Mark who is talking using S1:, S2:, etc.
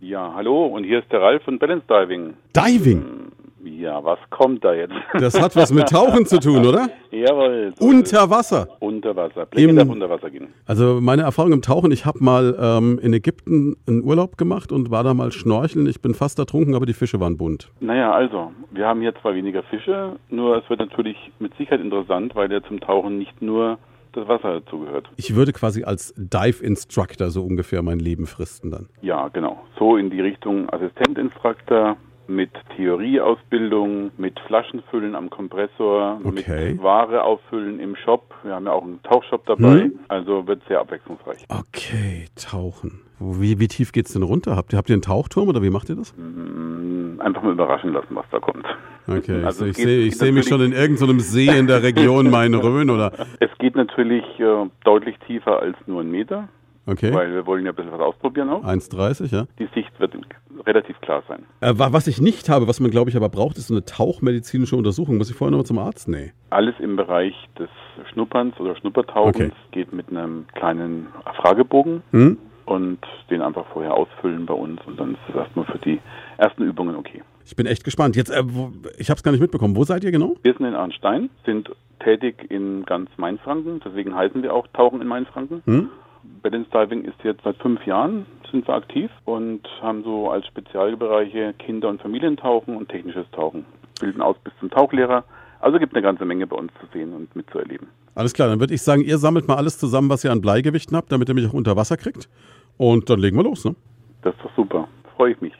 S1: Ja, hallo, und hier ist der Ralf von Balance Diving. Hm,
S2: Diving,
S1: Ja, was kommt da jetzt?
S2: das hat was mit Tauchen zu tun, oder?
S1: Jawohl. so ist es.
S2: Unter Wasser.
S1: Unter Wasser. Pläne
S2: Im-
S1: darf unter Wasser gehen.
S2: Also meine Erfahrung im Tauchen, ich habe mal ähm, in Ägypten einen Urlaub gemacht und war da mal schnorcheln. Ich bin fast ertrunken, aber die Fische waren bunt.
S1: Naja, also, wir haben hier zwar weniger Fische, nur es wird natürlich mit Sicherheit interessant, weil ja zum Tauchen nicht nur das Wasser dazugehört.
S2: Ich würde quasi als Dive Instructor so ungefähr mein Leben fristen dann.
S1: Ja, genau. So in die Richtung Assistentinstruktor mit Theorieausbildung, mit Flaschenfüllen am Kompressor,
S2: Okay.
S1: mit Ware auffüllen im Shop. Wir haben ja auch einen Tauchshop dabei,
S2: Hm?
S1: also wird sehr abwechslungsreich.
S2: Okay, tauchen. Wie, wie tief geht's denn runter? Habt ihr, habt ihr einen Tauchturm oder wie macht ihr das?
S1: Mhm, Einfach mal überraschen lassen, was da kommt.
S2: Okay, ich-
S1: Also
S2: ich
S1: es geht-
S2: sehe ich
S1: geht
S2: seh mich schon in
S1: natürlich-
S2: irgendeinem See in der Region Main-Rhön oder.
S1: Es geht natürlich äh, deutlich tiefer als nur einen Meter,
S2: Okay,
S1: weil wir wollen ja ein bisschen was ausprobieren auch.
S2: 1,30, ja.
S1: Die Sicht wird relativ klar sein.
S2: Äh, wa- was ich nicht habe, was man glaube ich aber braucht, ist so eine tauchmedizinische Untersuchung. Muss ich vorher nochmal zum Arzt? Nee.
S1: Alles im Bereich des Schnupperns oder Schnuppertauchens
S2: Okay.
S1: geht mit einem kleinen Fragebogen
S2: Hm?
S1: und den einfach vorher ausfüllen bei uns und dann ist das erstmal für die ersten Übungen okay.
S2: Ich bin echt gespannt. Jetzt, äh, wo, ich habe es gar nicht mitbekommen. Wo seid ihr genau?
S1: Wir sind in Arnstein, sind tätig in ganz Mainfranken, deswegen heißen wir auch Tauchen in Mainfranken.
S2: Hm?
S1: Balance Diving ist jetzt seit fünf Jahren sind wir aktiv und haben so als Spezialbereiche Kinder- und Familientauchen und technisches Tauchen. Bilden aus bis zum Tauchlehrer. Also gibt eine ganze Menge bei uns zu sehen und mitzuerleben.
S2: Alles klar, dann würde ich sagen, ihr sammelt mal alles zusammen, was ihr an Bleigewichten habt, damit ihr mich auch unter Wasser kriegt. Und dann legen wir los, ne?
S1: Das ist doch super. Freue ich mich.